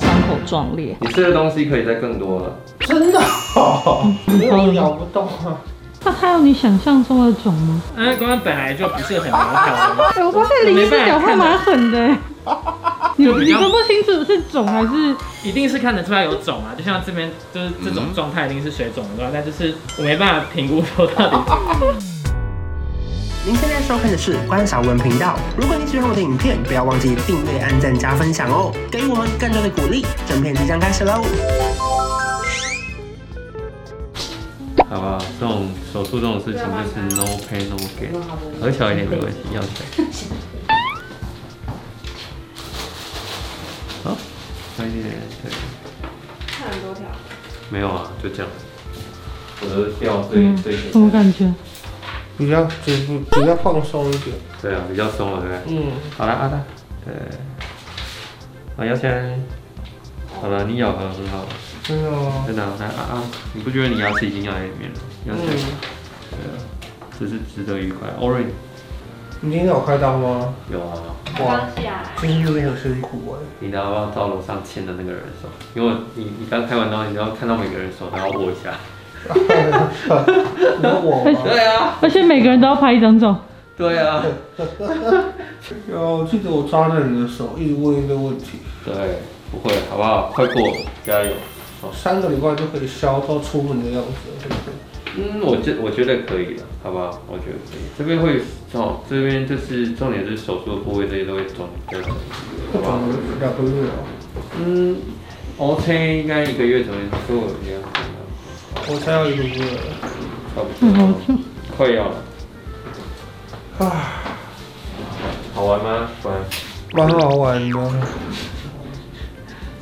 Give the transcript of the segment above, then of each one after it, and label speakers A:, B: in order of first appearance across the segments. A: 口壮烈。
B: 你吃的东西可以再更多了。
C: 真的、哦，没有咬不动啊。
A: 那它有你想象中的肿吗？
D: 安官本来就不是很苗条的，
A: 哎、我发现林医师讲话蛮狠的、欸， 你你分不清楚是肿还是
D: 一定是看得出来有肿啊，就像这边就是这种状态一定是水肿的状态，但就是我没办法评估说到底。
E: 您现在收看的是关少文频道。如果你喜欢我的影片，不要忘记订阅、按赞、加分享哦，给予我们更多的鼓励。正片即将开始喽！
B: 好吧，这种手术这种事情就是 no pain no gain，合小一点没关系，要小。好，小一点，对。看了多条？没有啊，就这样。我的掉最最
A: 什么感觉？
C: 比较只不比较放松一点。
B: 对啊，比较松了，对不对？
C: 嗯，
B: 好了，阿大，对。啊，姚谦，好了，你咬合很好，
C: 真的吗？
B: 真的啊，来啊啊，你不觉得你牙齿已经压在里面了？姚
C: 嗯
B: 谦，对啊，这是值得愉快。Orange
C: 你今天有开刀吗？
B: 有啊。
C: 哇，今天没有吃苦
B: 你要不要到楼上牵着那个人手？因为你你刚开完刀，你要看到每个人手，然后握一下。
C: 哎、欸，有我吗？
B: 啊，
A: 而且每个人都要拍一张照，
B: 对啊，
C: 有，我记得我抓着你的手，一直问一堆问题，
B: 对，不会，好不好？快过，加油。
C: 三个礼拜就可以消到出门的样子了，是不是？
B: 嗯，我觉我觉得可以了，好不好？我觉得可以。这边会哦，这边就是重点是手术的部位这些都会肿的，好
C: 不
B: 不
C: 长
B: 好？
C: 了两个月了，
B: 嗯，OK，应该一个月左右做这样子，
C: 我才要一个月了。
B: 差不
A: 嗯，
B: 多
A: 好
B: 了，
A: 痛。
B: 快要了。
C: 啊，
B: 好玩吗？玩，
C: 蛮好玩的，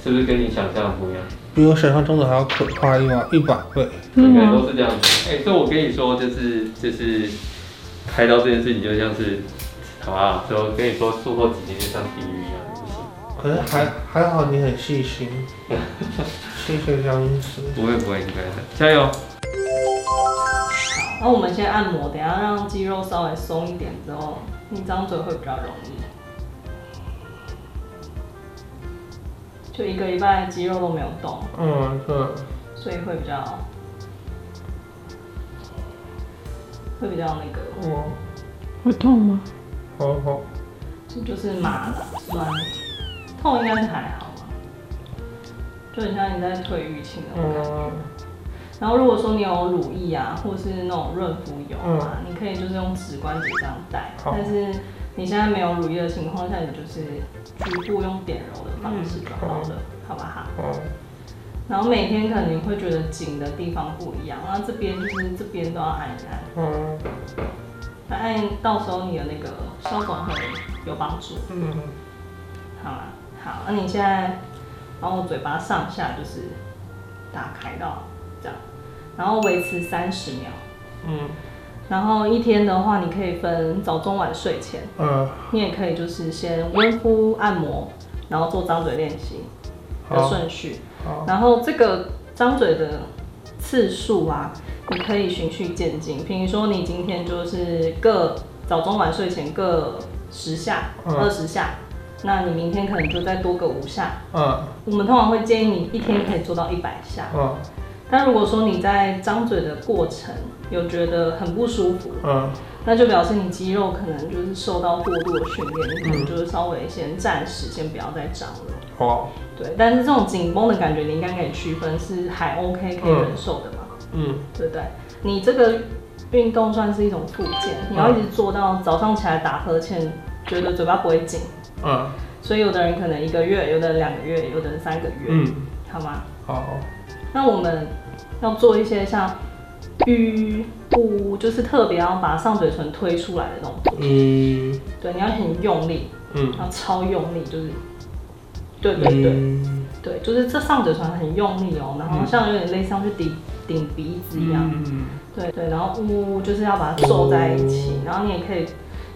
B: 是不是跟你想象不一样？
C: 比我想象中的还要可怕一百一百倍。
A: 真
B: 每个
A: 的
B: 人
A: 吗？
B: 都是这样子。哎、所以我跟你说，就是就是开刀这件事情，就像是好啊，所以我跟你说，术后几天就像地狱一样，不行。
C: 可是还还好你很细心， 谢谢张医师。
B: 不会不会，应该的，加油！
F: 那我们先按摩，等一下让肌肉稍微松一点之后，你张嘴会比较容易。就一个礼拜肌肉都没有动，
C: 嗯，对，
F: 所以会比较会比较那个，
C: 我
A: 会痛吗？
C: 好好。
F: 就是麻了酸，痛应该是还好吧，就很像你在推淤青那种感觉。
C: 嗯，
F: 然后如果说你有乳液啊，或是那种润肤油啊，你可以就是用指关节这样带。
C: 嗯好
F: 但是你现在没有乳液的情况下，你就是局部用点揉的方式就好
C: 嗯
F: 了，好不好？
C: 好，
F: 然后每天可能你会觉得紧的地方不一样，那这边就是这边都要按一按，
C: 嗯
F: 那按到时候你的那个消肿会有帮助，
C: 嗯，
F: 好吗？好，啊那你现在然后嘴巴上下就是打开到这样，然后维持三十秒。
C: 嗯
F: 然后一天的话，你可以分早、中、晚、睡前，
C: 嗯，
F: 你也可以就是先温敷按摩，然后做张嘴练习的
C: 好，
F: 顺序
C: 好。
F: 然后这个张嘴的次数啊，你可以循序渐进。比如说你今天就是各早、中、晚、睡前各十下、
C: 嗯
F: 二十下，那你明天可能就再多个五下。
C: 嗯
F: 我们通常会建议你一天可以做到一百下。
C: 嗯
F: 但如果说你在张嘴的过程有觉得很不舒服，
C: 嗯
F: 那就表示你肌肉可能就是受到过度的训练，你可能就是稍微先暂时先不要再张了。
C: 好，
F: 对，但是这种紧绷的感觉，你应该可以区分是还 OK 可以忍受的嘛，
C: 嗯
F: 对不对？你这个运动算是一种附件，你要一直做到早上起来打呵欠，觉得嘴巴不会紧，
C: 嗯
F: 所以有的人可能一个月，有的人两个月，有的人三个月，
C: 嗯，
F: 好吗？
C: 好，
F: 那我们要做一些像吁、呼，就是特别要把上嘴唇推出来的那种。
C: 嗯
F: 对，你要很用力，
C: 嗯
F: 要超用力，就是，对对对、
C: 嗯，
F: 对，就是这上嘴唇很用力哦，然后像有点类似像去顶顶鼻子一样，
C: 嗯
F: 对对，然后呜就是要把它皱在一起，然后你也可以，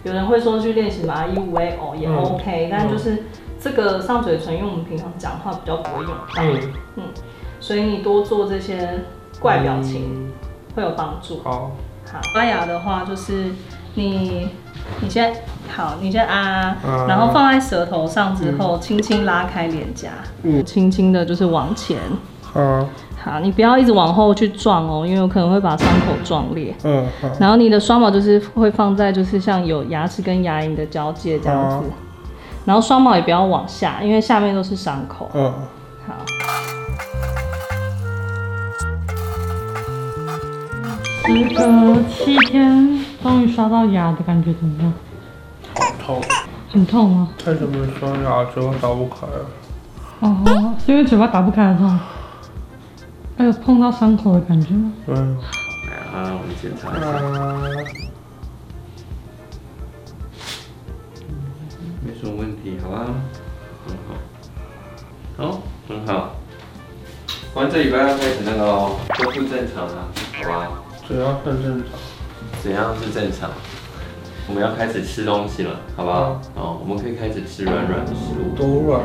F: 有人会说去练习马一五 A 哦也
C: 嗯
F: OK，、但
C: 嗯
F: 就是这个上嘴唇，因为我们平常讲话比较不会用到，
C: 嗯，
F: 所以你多做这些怪
C: 嗯
F: 表情、会有帮助。
C: 好，
F: 好，刷牙的话就是你你先好，你先啊，
C: 啊
F: 然后放在舌头上之后，轻轻拉开脸颊，
C: 嗯
F: 轻轻的就是往前。
C: 好，
F: 好，你不要一直往后去撞哦，因为有可能会把伤口撞裂。
C: 嗯好，
F: 然后你的双毛就是会放在就是像有牙齿跟牙龈的交界这样
C: 啊
F: 子，然后双毛也不要往下，因为下面都是伤口。
C: 嗯，
F: 好，
A: 时隔七天，终于刷到牙的感觉怎么样？
C: 痛，
A: 很痛吗？
C: 为什么说牙齿会打不开啊？
A: 哦，是因为嘴巴打不开的痛。还有碰到伤口的感觉吗？
C: 嗯
B: 啊，我们检查一下，
C: 啊，
B: 没什么问题，好啊，很好，好，很好。完这礼拜要开始那个哦，恢复正常啊，好吧？
C: 只要是正常，
B: 怎样是正常？我们要开始吃东西了，好不好？
C: 嗯
B: 哦，我们可以开始吃软软的食物，
C: 都软，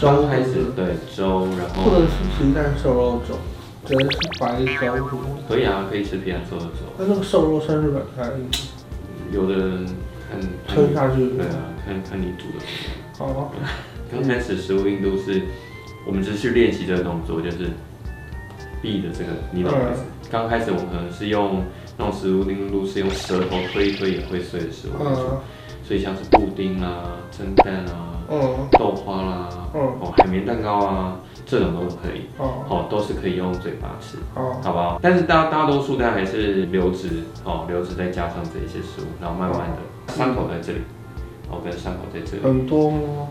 B: 刚
C: 粥
B: 开始对粥，然
C: 或
B: 后
C: 者是皮蛋瘦肉粥，只能是白粥。
B: 可以啊，可以吃皮蛋瘦肉粥。
C: 那那个瘦肉算是软菜，
B: 有的人看看
C: 吞
B: 你
C: 下去
B: 对啊，看看你煮的怎么样。
C: 好，
B: 刚开始食物硬度是，我们只是去练习这个动作，就是 B 的这个，你懂吗
C: 嗯？
B: 刚开始我们可能是用那种食物硬度是用舌头推一推也会碎的食物，
C: 嗯
B: 所以像是布丁啊、蒸蛋啊、
C: 嗯
B: 豆花啦、
C: 嗯
B: 哦海绵蛋糕啊，这种都可以，
C: 好
B: 哦都是可以用嘴巴吃。
C: 好，
B: 好不好？但是大大多数它还是流质哦，流质再加上这一些食物，然后慢慢的伤口在这里，哦跟伤口在这里
C: 很多吗？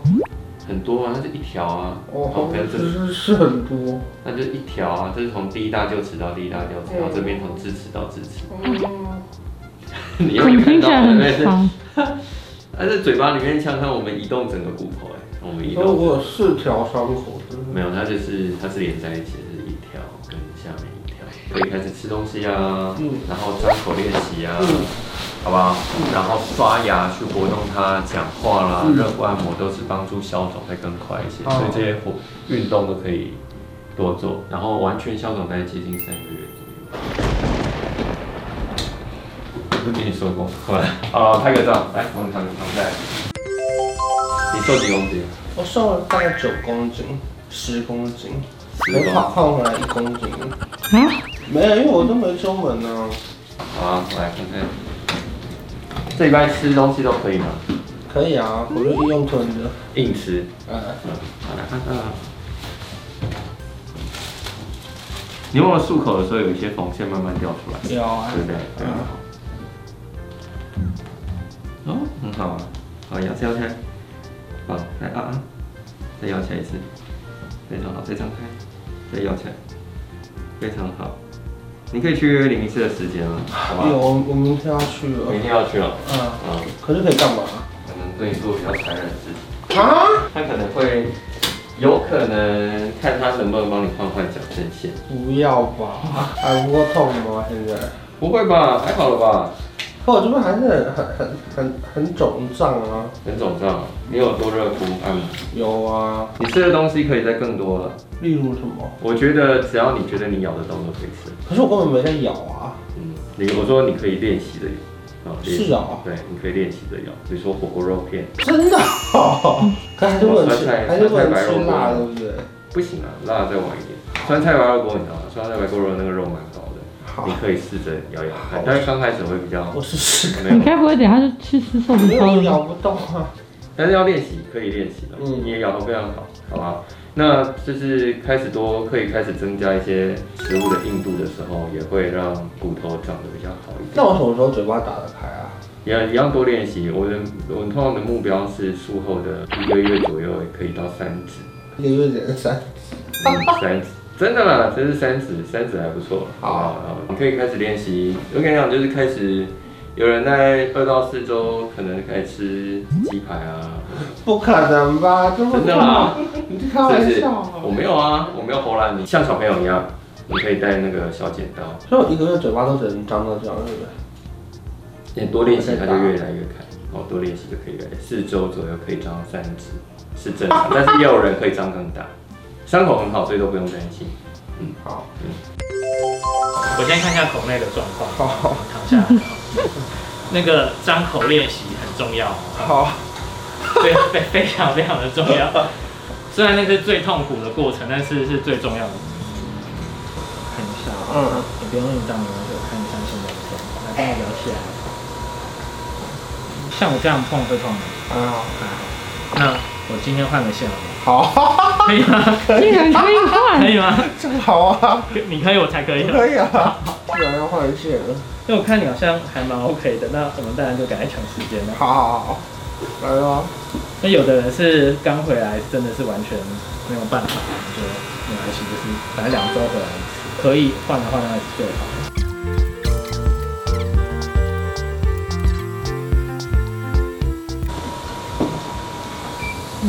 B: 很多啊，那是一条啊，
C: 哦
B: 哦，跟
C: 这
B: 这里，
C: 是是很多，
B: 那就一条啊，这是从第一大臼齿到第一大臼齿，然后这边从智齿到智齿， 你又
A: 怎么
B: 看
A: 听起
B: 到
A: 来
B: 了，但
A: 很
B: 是
A: 长？
B: 但是嘴巴里面像像我们移动整个骨头哎，我们移
C: 所以
B: 动
C: 哦我有四条伤口，真的
B: 没有，它就是它是连在一起，是一条跟下面一条，可以开始吃东西啊，
C: 嗯
B: 然后张口练习啊。
C: 嗯
B: 好不好？然后刷牙去活动它，讲话啦，
C: 嗯
B: 热敷按摩都是帮助消肿会更快一些，
C: 哦
B: 所以这些活运动都可以多做。然后完全消肿大概接近三个月左
C: 嗯
B: 右。我跟你说过，好吧？好，拍个照，来，我们躺躺在。你瘦几公斤？
C: 我瘦了大概九公斤、十公斤，
B: 十
C: 我
B: 公
C: 胖胖回来一公斤。
A: 啊，
C: 没有，因为我都没出门呢、
B: 好啊，我来看看。这礼拜吃东西都可以吗？
C: 可以啊，我就用吞的。
B: 硬吃。
C: 呃，
B: 嗯，好来看看啊。你忘了漱口的时候有一些缝线慢慢掉出来，
C: 有啊
B: 对，不对？对啊。哦，很好啊。好，牙齿摇起来。好，来啊啊，再摇起来一次。非常好，再张开，再摇起来，非常好。你可以去约零一次的时间了，好
C: 有，
B: 吧？
C: 哎我我明天要去了
B: 明。天要去了。
C: 嗯，
B: 嗯，
C: 可是可以干嘛？
B: 可能对你做比较残忍的事情。
C: 啊？
B: 他可能会，有可能看他能不能帮你换换矫正线。
C: 不要吧， 还不够痛吗？现在？
B: 不会吧？还好了吧？
C: 可我这边还是很很很很很肿胀啊。
B: 很肿胀，你有多热敷按摩？
C: 有啊，
B: 你吃的东西可以再更多了。
C: 例如什么？
B: 我觉得只要你觉得你咬得动都可以吃。
C: 可是我根本没在咬啊。
B: 嗯，你我说你可以练习的咬。哦练习
C: 是哦
B: 对，你可以练习的咬，比如说火锅肉片，
C: 真 的、哦？可还是不能吃，
B: 酸菜
C: 还是不能
B: 酸菜白
C: 吃
B: 肉
C: 辣，
B: 锅
C: 对不对？
B: 不行啊，辣再晚一点。酸菜白肉锅你知道吗？酸菜白锅肉那个肉蛮高的，
C: 好
B: 你，可以试着咬咬看
C: 好，
B: 但是刚开始会比较
C: 我试试。
B: 没有
A: 你该不会等一下就去吃寿
C: 没
A: 司烧
C: 有
A: 了
C: 咬
A: 吧？
C: 不动啊。
B: 但是要练习，可以练习的，
C: 嗯
B: 你也咬得非常好，好吧？那就是开始多，可以开始增加一些食物的硬度的时候，也会让骨头长得比较好一
C: 那
B: 点。
C: 我什么时候嘴巴打得开啊？
B: 也一样多练习。我的我通常的目标是术后的一个月左右，可以到三指，
C: 一个月减三，
B: 嗯三指。真的啦，这是三指，三指还不错，好不好？好你可以开始练习。我跟你讲，就是开始，有人在二到四周可能开始吃鸡排啊，
C: 不可能吧？这么
B: 真的啦
C: 大，你在开玩笑啊
B: 我？没有啊，我没有吼烂你，像小朋友一样，你可以带那个小剪刀，
C: 所以我一个月嘴巴都只能张到这样，对不对？
B: 你多练习，它就越来越开。哦，多练习就可以了，四周左右可以张三指，是正常，但是也有人可以张更大，伤口很好，所以都不用担心。
C: 好，
D: 我先看一下口内的状况。
C: 好，
D: 躺下来。那个张口练习很重要，
C: 好，
D: 对，非非常非常的重要。虽然那是最痛苦的过程，但是是最重要的。看一下，
C: 嗯，
D: 你不用紧张，没关系，我看一下现在的状况，来跟我聊起来。像我这样碰会痛吗？
C: 啊，
D: 那我今天换个线好吗？
C: 好，
D: 嗯 可以吗？
A: 竟然可以换
D: 可，以吗？
C: 正好啊，
D: 你可以，我才可以。
C: 可以啊，既然要换线了，
D: 因为我看你好像还蛮 OK 的，那我们当然就赶快抢时间了。
C: 好好好，来吧，
D: 那有的人是刚回来，真的是完全没有办法，我觉得没关系，就是反正两周回来一次，可以换的话那是最好的。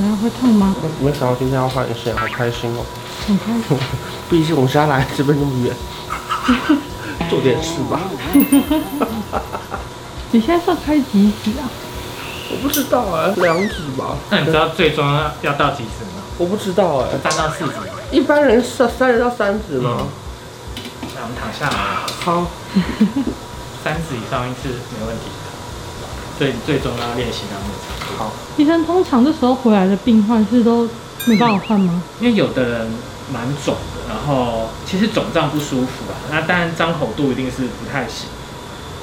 A: 然后会痛吗？
C: 没想到今天要换线，好开心哦，
A: 很开心，
C: 毕竟我家来这边那么 远，做点事吧，
A: 你现在算开几指啊？
C: 我不知道哎，两指吧，
D: 那你知道最终要要到几指吗？
C: 我不知道哎，
D: 三到四指，
C: 一般人是三十到三指吗？
D: 那我们躺下来，
C: 好，
D: 三指以上一次没问题的。最最终要练习到那个程度，
C: 好，
A: 医生通常这时候回来的病患是都没办法换吗？
D: 因为有的人蛮肿的，然后其实肿胀不舒服啊，那当然张口度一定是不太行。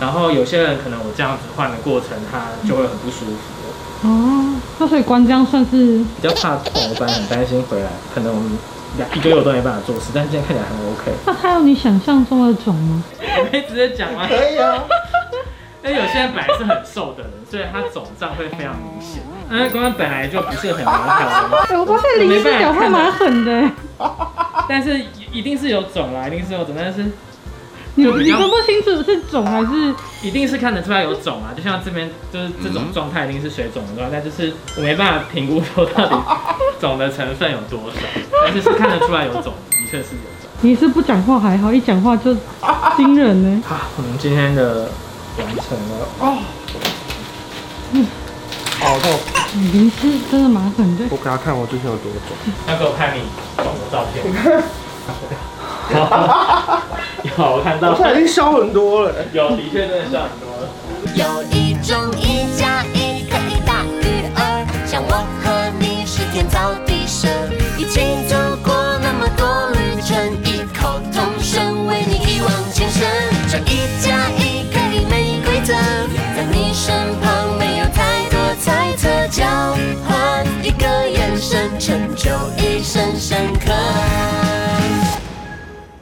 D: 然后有些人可能我这样子换的过程，他就会很不舒服。
A: 哦，那所以关这样算是
D: 比较怕痛，我本来很担心回来，可能我们两一个月我都没办法做事，但是今天看起来很 OK。
A: 那它有你想象中的肿吗？
D: 我可以直接讲吗？
C: 可以啊，
D: 因为有些人本来是很瘦的人，所以他肿胀会非常明显。那刚刚本来就不是很苗条的人，
A: 哎、我发现林医师
B: 啊
A: 讲话蛮狠的、
D: 但是一定是有肿啦，一定是有肿，但是
A: 你你分不清楚是肿还是
D: 一定是看得出来有肿啊。就像这边就是这种状态，一定是水肿的状态，但就是我没办法评估说到底肿的成分有多少，但是是看得出来有肿，的确是有肿。
A: 你是不讲话还好，一讲话就惊人呢、
D: 好，我们今天的完成了。
C: 好痛，
A: 林医师真的蛮狠的、
C: 我给他看我之前有多肿。
D: 那给我看你肿的照 片。有，我看到
C: 我现在已经消很多了。
D: 有，的确真的像很多了。
G: 有一种医